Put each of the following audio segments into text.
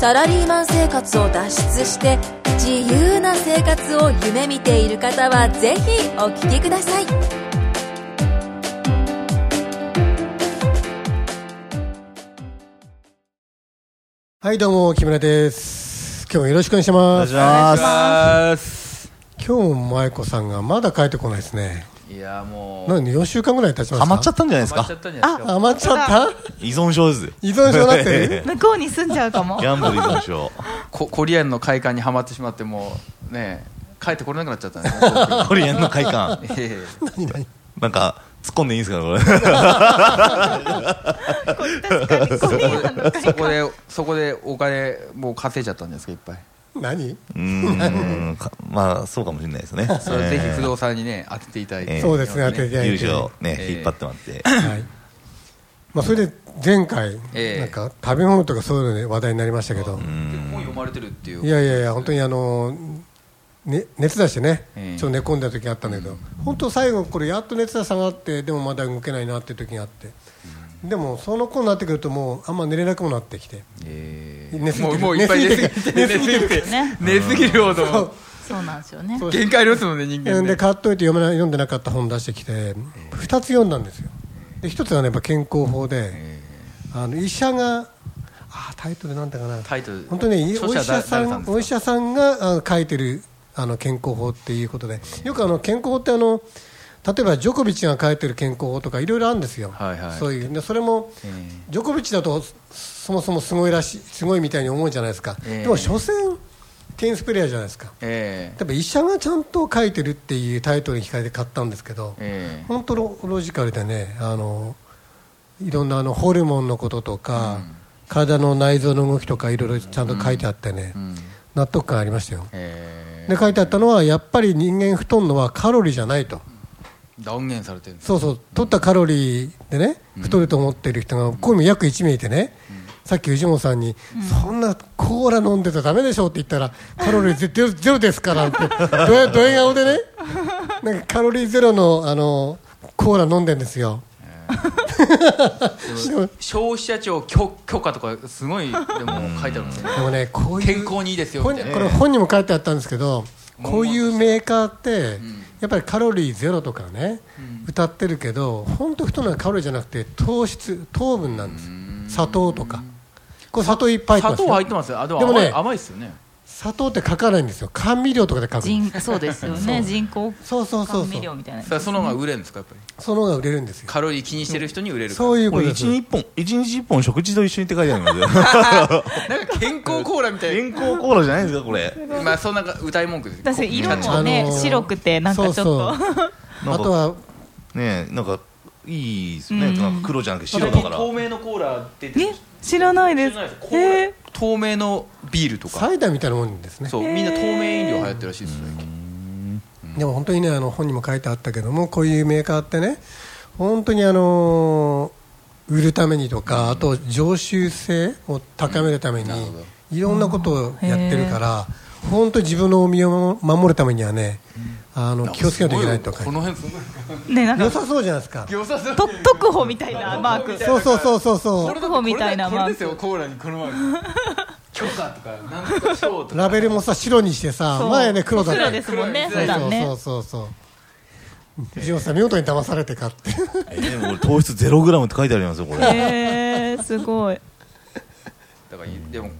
サラリーマン生活を脱出して自由な生活を夢見ている方はぜひお聞きくださいはい、どうも、木村です。今日もよろしくお願いします。ます。今日も舞子さんがまだ帰ってこないですね。いやもう。なんで4週間ぐらい経ちました。ハマっちゃったんじゃないですハマっちゃかったんじゃないですか。ハマっちゃった依存症です依存症になって る向こうに住んじゃうかもギャンブル依存 症ココリアンの会館にハマってしまってもうね帰ってこれなくなっちゃったんですね東京コリアンの会館に。いやいや何何なんか突っ込んでいいんですかねこれ確かにコリアンの会そこでそこでお金もう稼いじゃったんじゃないですかいっぱい。何うーんかまあそうかもしれないですねそれをぜひ不動産にね当てていただいて。えーそうですね、当てていただ優いて。勝はね、えー引っ張ってもらってい。まあ、それで前回、ええなんか食べ物とかそういうので話題になりましたけど、結構読まれてるっていう。いやいやいや、本当にあの、ね、熱出してね、ええちょっと寝込んだ時があったんだけど、本当最後これやっと熱が下がってでもまだ動けないなっていう時があって、でもその子になってくるともうあんま寝れなくもなってきて、え寝すーぎてもるうもういっぱい寝すぎて寝すぎてる寝すぎてね寝すぎるほど そうなんですよねそう限界ありますもんね人で間ね。買っといて読めな読んでなかった本出してきて2つ読んだんですよで1つは、ね、やっぱ健康法であの医者があータイトルなんだかなタイトル本当に著お医者者はさ誰誰さんんですかお医者さんがあ書いてるあの健康法っていうことでよくあの健康法ってあの例えばジョコビッチが書いてる健康法とかいろいろあるんですよ、はいはいそういうでそれも、ええジョコビッチだとそそもそもすごいらしいすごいみたいに思うじゃないですか、ええでも所詮テニスプレーヤーじゃないですかええ多分医者がちゃんと書いてるっていうタイトルに惹かれて買ったんですけど、え本当ロロジカルでねあのいろんなあのホルモンのこととか、体の内臓の動きとかいろいろちゃんと書いてあってね、ん納得感ありましたよ、えで書いてあったのはやっぱり人間太んのはカロリーじゃないと、断言されてるんです。そうそう取ったカロリーでね太ると思っている人がこういうの約1名いてね、さっき藤本さんに、そんなコーラ飲んでたらだめでしょうって言ったらカロリーゼロゼロですからってど やどや顔でねなんかカロリーゼロのあのコーラ飲んでんですよ。でも消費者庁許許可とかすごいでも書いてあるんですよねでもねこういう健康にいいですよこみれたいこなれ本にも書いてあったんですけどこういうメーカーってんやっぱりカロリーゼロとかね歌ってるけど本当太るのはカロリーじゃなくて糖質糖分なんです砂糖とかこれ砂糖いっぱい入砂って糖ます入ってよますよあでもでも甘いね甘いですよね砂糖って書かないんですよ甘味料とかで書く人そうですよね人工そうそうそう甘味そ料うみたいなそれはその方が売れるんですかやっぱりその方が売れるんですよカロリー気にしてる人に売れるからそういうこことでれ一す日一本一日一本食事と一緒にって書いてあるの でなんか健康コーラみたい健康コーラじゃないですかこれなまあそんな歌い文句です確かに色あものねー白くてなんかちょっそとうそなあんとかはねなんかいいですね、なんか黒じゃなくて白白だかだら透明のコーラ出てるえ知らないです知らないですコーえラ透明のビールとかサイダーみたいなもんですねそうみんな透明飲料流行ってるらしいですよ最近でも本当にねあの本にも書いてあったけどもこういうメーカーってね本当にあの売るためにとかあと常習性を高めるためにほどいろんなことをやってるから本当に自分の身を守るためにはねあの気をつけないといけないとかこの辺すごいねなん良かさそうじゃないですか良さそうと特報みたいなマークそうそうそうそうそこれ特報みたいなこれこマれーですよクコーラにこの前許可とかなんとか賞とうかラベルもさ白にしてさそう前ね黒だった黒ですもんね黒普いそ段うねそうそうそう藤本さん見事に騙されて買って えー、でも糖質ゼログラムって書いてありますよこ れえーすごいだからいでも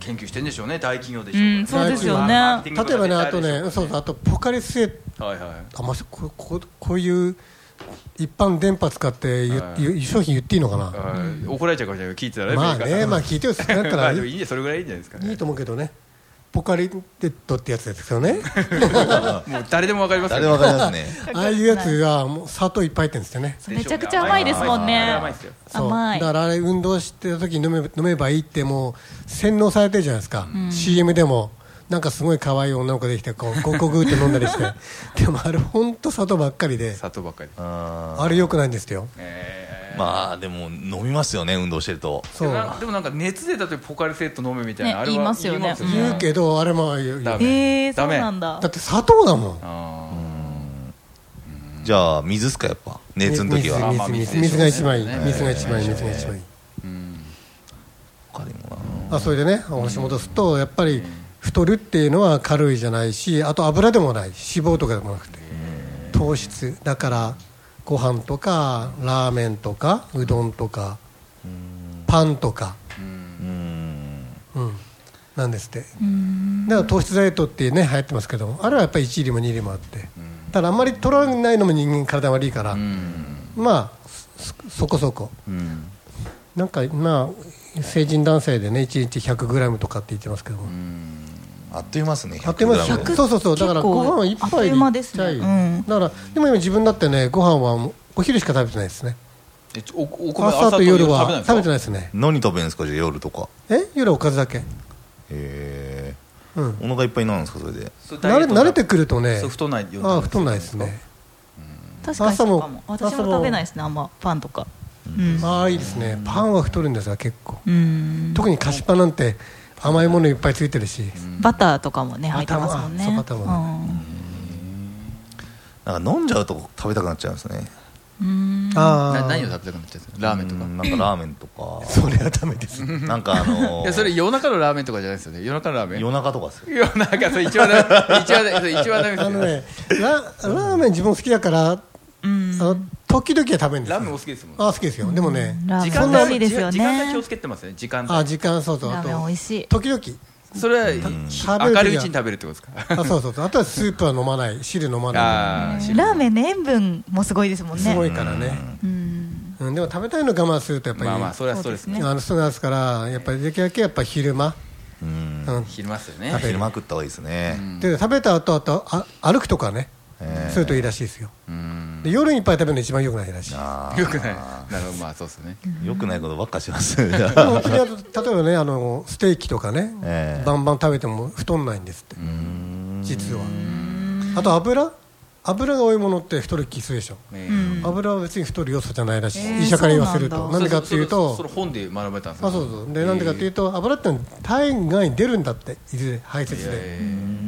研究してんでしょうね大企業でしうょんうそうですよねマーケティングと例えばかねあと絶対るでしょねそうそうあとポカリスエットはいはいあまあ、こここういう一般電波使って言うはい言う商品言っていいのかな、あー怒られちゃうかもしれないけど聞いてたらまあね、まあ、あ聞いてる少なかった まらあいでもいいいんじゃそれぐらいいいんじゃないですかいねいと思うけどね、ポカリテッドってやつですよね、もう誰でもわかりますよ誰わかりますね ああいうやつがもう砂糖いっぱい入ってるんですよね、めちゃくちゃ甘いですもんね甘いですよそう甘いだからあれ、運動してる時に飲め飲めばいいって、もう洗脳されてるじゃないですか、CM でも、なんかすごい可愛い女の子できてこうゴクゴクって飲んだりして でもあれ本当砂糖ばっかりで砂糖ばっかりああれ良くないんですよえーまあでも飲みますよね運動してるとーそうでなでもなんか熱出た時ポカリセット飲むみたいねな、あれは言いますよね言うけどあれまあダだメえー、そダうメなんだって砂糖だもんあじゃあ水っすかやっぱ熱の時は水水まあ水水水水が一番いいね水が一番いい水が一番いいーうん他にもなあそれでね話戻すとやっぱり太るっていうのは軽いじゃないしあと油でもない脂肪とかでもなくて糖質だからご飯とかラーメンとかうどんとかパンとかうんうんなんですってうんだから糖質ダイエットってね流行ってますけどあれはやっぱり1入りも2入りもあってただあんまり取らないのも人間体悪いからうんまあそそこそこうんなんかまあ成人男性でね1日 100g とかって言ってますけども、あっという間っすねあっという間です 100g 100そうそうそうだから結構ご飯一あっと杯いう間ですねちっちゃうんだからでも今自分だってねご飯はもうお昼しか食べてないですねえちょおお米朝と夜は食べてないいですね何食べるんですかじゃあ夜とかえ夜はおかずだけへうんえお腹いっぱいになるんですかそれで慣れ慣れてくるとねそう太んないようになあるあ太んないですね確かにそうかも朝も私も食べないですねあんまパンとかうん、ああいいですねパンは太るんですが結構うん、特に菓子パンなんて甘いものいっぱいついてるしバターとかもね入ってますもんねバターもあなんか飲んじゃうと食べたくなっちゃうんですねうんうんあなあ何を食べたくなっちゃうのラーメンとかうんなんかラーメンとかそれはダメですなんかあのー いやそれ夜中のラーメンとかじゃないですよね夜中のラーメン夜中とかっすよ夜中それ一番ダメ一番ダメそれ一番ダメですあよのねララーメン自分好きだからあうんの時々は食べるんですよラーメンお好きですもんあ好きですよでもねラーメン時そ間んな帯好きですよ時間帯気をねつけてますよね時間帯あ時間そうそうラあーメン美と味しい時々それは食べる時は明るいうちに食べるってことですあかそうそうそうあとはスープは飲まない汁飲まなあーラーメンの塩分もすごいですもいんすごいねからねうんうんでも食べたいの我慢するとやっぱりまあまあそれはそうですねあのそうなんですからやっぱりできるだけやっぱ昼間うんうん昼間ですよ食べね昼間食った方がいいですねで食べた後あとあ歩くとかねえーするといいらしいですようんで夜にいっぱい食べるの一番良くないらしいあよくないなるほどまあそうですねーよくないことばっかします じゃであも本当にあと例えばねあのステーキとかね、ええバンバン食べても太んないんですって実はあと油油が多いものって太る気するでしょね油は別に太る要素じゃないらしい、えー医者から言わせるとそうなんでかっていうとそれそれそれ本で学べたんですあそうそうでなんでかっていうとと油ってのは体外に出るんだっていずれ排泄で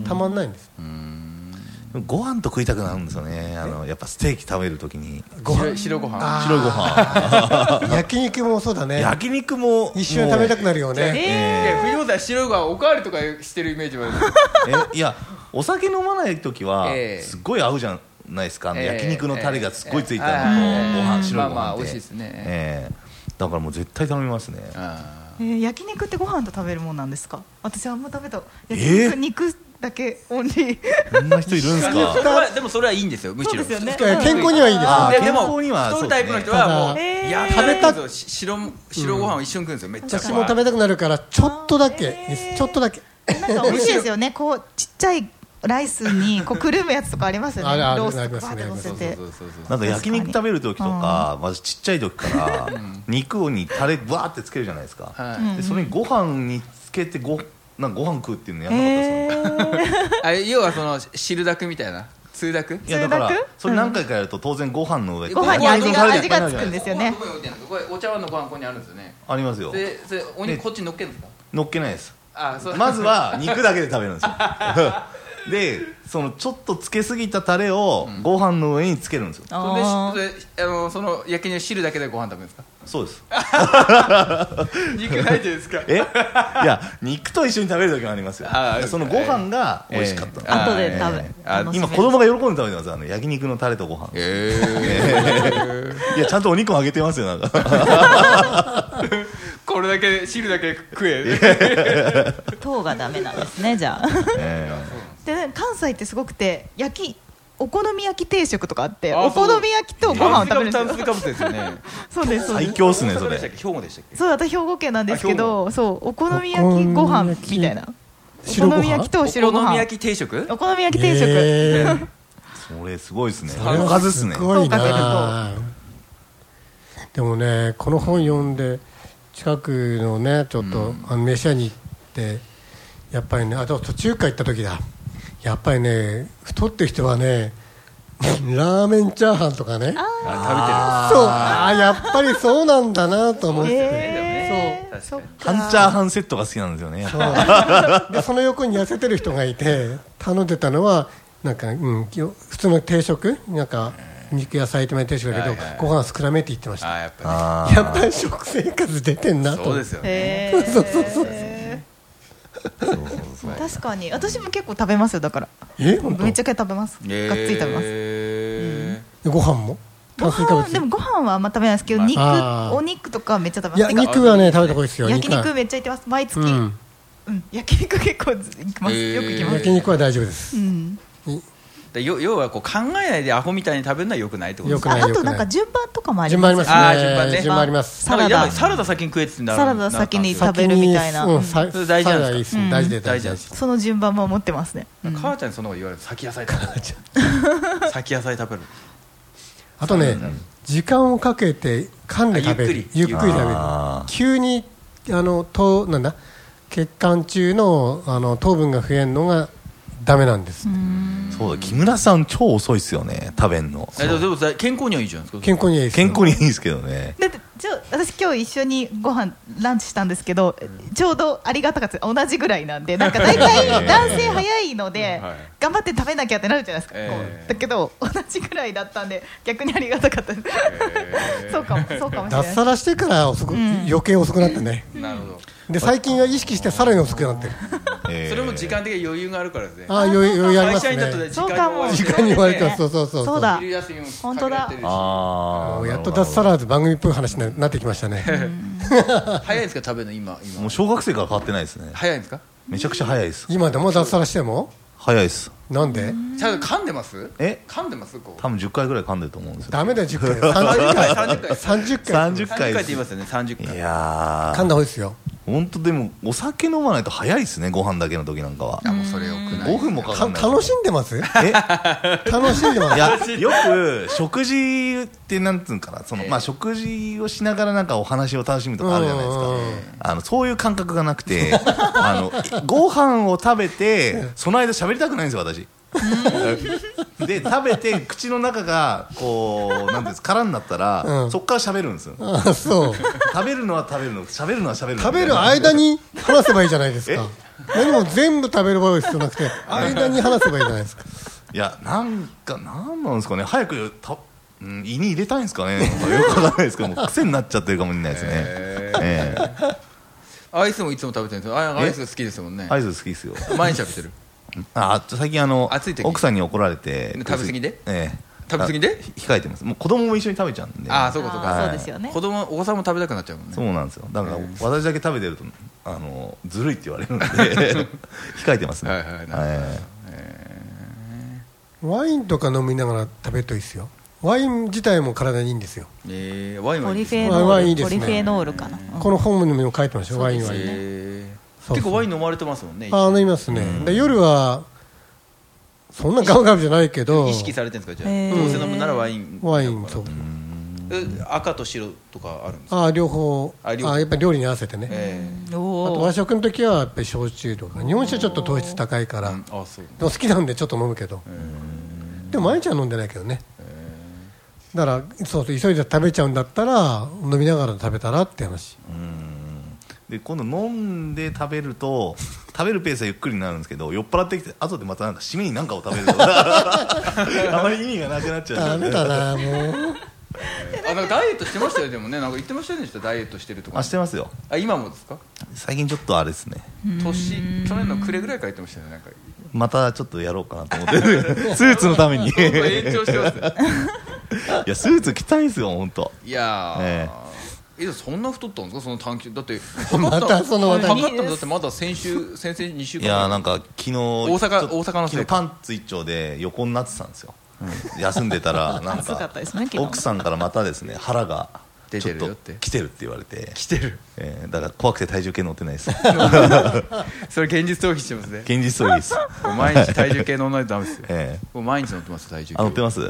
たまんないんですご飯と食いたくなるんですよねあのやっぱステーキ食べるときにご飯白ご飯あ白いご飯焼肉もそうだね焼肉も一緒に食べたくなるよねえいや藤本さん白ご飯おかわりとかしてるイメージもあるえいやお酒飲まない時はええすごい合うじゃないですか、あのええ焼肉のタレがすっごいついたのと、ええごうん飯白いご飯って、まあまあ美味しいですねええだからもう絶対頼みますねあーえー焼肉ってご飯と食べるもんなんですか私あんま食べた焼えー肉肉だけオンリーこんな人いるんですーでもそ れかはでもそれはいいんですよむしそうろですよねいや健康にはいいですあーででも健康には太そうるでタすねイプの人はもう、えーいや食べたく白白ご飯を一緒に食うんですよめっちゃ私も食べたくなるからちょっとだけあーちょっとだけなんか美味しいですよねこうちっちゃいライスにこうくるむやつとかありますよあねるあるロースとかバあーっりて乗ますせねてそうそうそうそうなんか焼肉食べる時とかまずちっちゃい時から肉にタレバーってつけるじゃないですか、はいでそれにご飯につけてごなんかご飯食うっていうのやんなかったですよね、えーあ要はその汁だくみたいな通だくいやだかそられだけそれ何回かやると当然ご飯の上ってご飯に味が味がつくんですすよねご飯どこに置いてあるんですかこれお茶碗のご飯ここにあるんですよねありますよでそれおで肉こっちに乗っけるんですか乗っけないですあそうまずは肉だけで食べるんです よでそのちょっとつけすぎたタレをご飯の上につけるんですよ、あーそれでしそれあのその焼き肉汁だけでご飯食べるんですかそうです肉ないじゃないですかえ いや肉と一緒に食べる時もありますよあーそのご飯が美味しかった、えー後で食べえーあ楽しみ今子供が喜んで食べてますあの焼肉のタレとご飯えーいやちゃんとお肉もあげてますよなんか これだけ汁だけ食え糖がダメなんですねじゃあえで関西ってすごくて焼きお好み焼き定食とかあってあおそう好み焼きとご飯を食べるん炭です水よ化物ですよねそうですそう最です強っすねそ大阪でしたっれけ兵庫でしたっけそう私兵庫県なんですけどそうお好み焼きご飯みたいな白おご飯好み焼きと白おご好み飯焼き定食お好み焼き定食、えーそれすごいですねれはおかずっすねすごいそうなかでもねこの本読んで近くのねちょっと、あの飯屋に行ってやっぱりねあと途中から行った時だやっぱりね太ってる人はね ラーメンチャーハンとかねあそうあーやっぱりそうなんだなと思って、えー、そそうっか半チャーハンセットが好きなんですよね。そうでその横に痩せてる人がいて頼んでたのはなんか、うん、きよ普通の定食なんか肉野菜とめ定食だけど、はいはいご飯少なめって言ってまし食べてるたあーやっぱやっあぱり食生活出てんなりとそうですよねえー、そうそうそうそう確かに私も結構食べますよだからえ本当めっちゃけ食べます、えーがっつり食べますご飯もご炭水化飯物でもご飯はあんま食べないですけどまあ肉あーお肉とかめっちゃ食べまいすやてか肉はね食べた方がいいですよ焼は肉めっちゃ行ってます毎う月、うんん焼肉結構ず行きます、えーよく行きます、焼肉は大丈夫です、うん、でよ要はこう考えないでアホみたいに食べるのはよくないってこと良ですくないねああとなんか順番とかもあり順番あまりすますねあー順番ね順番ありますサなラダんかやっぱりサラダ先に食えって言うんだろうサラダ先になんか食べるみたいな先にうんさそれサ大事なラダんですかいいですうん大事で大大事事なんでですすその順番も持ってますね、うん母ちゃんにそのこと言われる先野菜食 べる先野菜食べるあとね時間をかけて噛んで食べあるゆっくりゆっくり食べるあー急にあの糖なんだ血管中のあの糖分が増えるのがダメなんですそうだ、木村さん超遅いっすよね、食べんの。えでもでもさ健康にはいいじゃないですか健康にはいいですよ健康にいいんですけどね。だってちょ私今日一緒にご飯ランチしたんですけど、ちょうどありがたかった同じぐらいなんでなんか 大体男性早いのではい頑張って食べなきゃってなるじゃないですか、こうええだけど同じぐらいだったんで逆にありがたかったです、そうかもそうかもしれ脱サないラしてから遅く、余計遅くなってねなるほどで最近は意識してさらに遅くなってるえーそれも時間的に余裕があるからですねああ余裕余裕ありま会す社員だとねね時そう間かに追わもれて時間に追われてますそうそうそうそうだ昼休みも本当だ限らあもあ。うやっと脱サラーズ番組っぽい話にななってきましたね れてるし早いんですか食べるの今今もう小学生から変わってないですね。早いんですかめちゃくちゃ早いです。今でも脱サラしても早いです。なんでちゃんと噛んでますえ噛んでますこう多分10回ぐらい噛んでると思うんですよ。ダメだよ10回30回 30 30回回30回30回ってで。言いますすよね30い回や噛んだ方ー、がいいですよ本当でも、お酒飲まないと早いですね、ご飯だけの時なんかは。あもうそれよくない5分もかかかんない。楽しんでますえ楽しんでますいやよく食事ってなんつうんかなその、まあ、食事をしながらなんかお話を楽しむとかあるじゃないですうんうんうんかあのそういう感覚がなくて あのご飯を食べてその間喋りたくないんですよ私。で食べて口の中がこうなんていうんですか空になったら、うんそこから喋るんですよあそう食べるのは食べるの喋るのは喋るの食べる間に話せばいいじゃないですかでも全部食べる場合は必要なくて間に話せばいいじゃないですかいやなんかなんなんですかね早くた、うん、胃に入れたいんですかねなんかよくわからないですけ どもう癖になっちゃってるかもしれないですね、ええアイスもいつも食べてるんですよあアイス好きですもんねアイス好きですよ毎日食べてるあ最近あの暑い時奥さんに怒られて食べ過ぎでええ食べ過ぎであ控えてますもう子供も一緒に食べちゃうんでああそういうことあーかそうですよね子供お子さんも食べたくなっちゃうもんねそうなんですよだから私だけ食べてるとあのずるいって言わ れるんで 控えてますねはいはいなえワインとか飲みながら食べるといいですよワイン自体も体にいいんですよええワインポはリいいでフすねェェノノーール、ルポポリフェリフェノールかな、うんこの本にも書いてましたよワインはそうですねよええそうそう結構ワイン飲まれてますもんねあ飲みますねで夜はそんなガブガブじゃないけど意識されてるんですかじゃえあーどうせ飲むならワインワインそうえ赤と白とかあるんですかああ両方ああ両方やっぱり料理に合わせてね、えあとお和ー食の時はやっぱり焼酎とか日本酒はちょっと糖質高いから、えであそうも好きなんでちょっと飲むけど、でも毎日は飲んでないけどね、だからそうそう急いで食べちゃうんだったら飲みながら食べたらって話、えで今度飲んで食べると 食べるペースはゆっくりになるんですけど酔っ払ってきて後でまたなんか締めに何かを食べ るとあまり意味がなくなっちゃダうメだなもうあなんかダイエットしてましたよでもねなんか言ってましたよねダイエットしてるとかあしてますよあ今もですか最近ちょっとあれですね年去年の暮れぐらいから言ってましたよねな んかまたちょっとやろうかなと思ってるスーツのた めにいどんどん延長してますねやスーツ着たいんですよ本当いやー、ええそんな太ったんですかその短期だ ってまたその話題測ったのだってまだ先週先々2週い間やーなんんか昨日阪ちょっと大阪のせい昨日パンツ一丁で横になってたんですよ、休んでた らなん暑かかったですね昨日奥さんからまたですね腹が出てるよっちょてと来てるって言われて来てるえーだから怖くて体重計乗ってないです それ現実逃避してますね現実そう です、もう毎日体重計乗らないとダメですよ、えもう毎日乗ってます体重ーあ計乗ってます、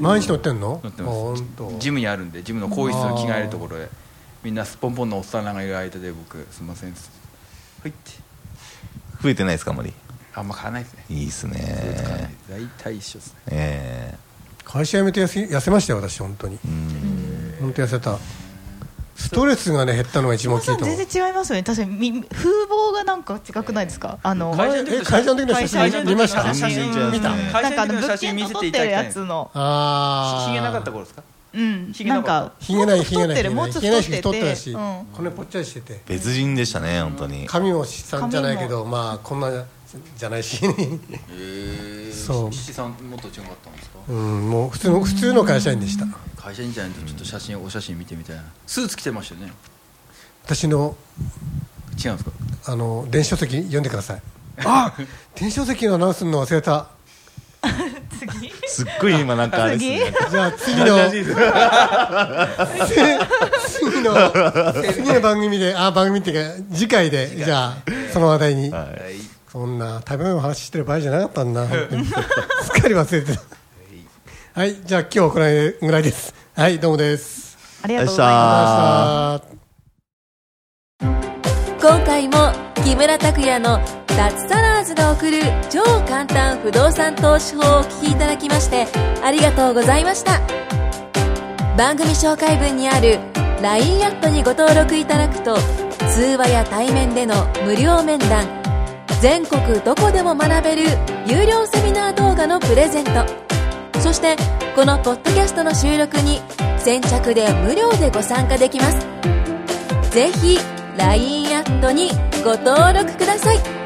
毎日乗ってんの乗ってますほんとジムにあるんでジムの更衣室の着替えるところへみんなすっぽんぽんのおっさんらがいる間で僕すいませんっつってはいって増えてないですかあんまりあんま買わないですね。いいです買わないね大体一緒ですね。え会社辞めて痩せ痩せましたよ私本当にえうん本当痩せたストレスがね減ったのが一番大きさいんと思う全然違いますよね確かにみ風貌がなんか違くないですか、あの会社のえ会社の時の写会真社の時の見ました写真見たねなんかあの会社の時の物写真件見のせ撮っていてただるきたいやつのああひげなかった頃ですかうんひげななんかっかたひげないひ太げっなているもうちょっとひげないし太太っっててたてし、うんこのぽっちゃりしてて別人でしたね本当に髪もさんじゃないけどまあこんなじゃないしへえそう岸さんもっと違かったんですかうんもう普通の普通の会社員でした会社員じゃないとちょっと写真お写真見てみたいなスーツ着てましたよね私の違うんですかあの電子書籍読んでくださいあ電子書籍のアナウンスするの忘れた次すっごい今なんかあれですねじゃあ次の次の次の番組であ番組っていうか次回でじゃあその話題に、ははいそんな食べ物の話してる場合じゃなかったんだな本当にすっかり忘れてたはいじゃあ今日はこれぐらいですはいどうもですありがとうございますあ今回も木村拓哉の脱サラーズが送る超簡単不動産投資法をお聞きいただきましてありがとうございました番組紹介文にある LINE アットにご登録いただくと通話や対面での無料面談全国どこでも学べる有料セミナー動画のプレゼントそしてこのポッドキャストの収録に先着で無料でご参加できますぜひ LINE アットにご登録ください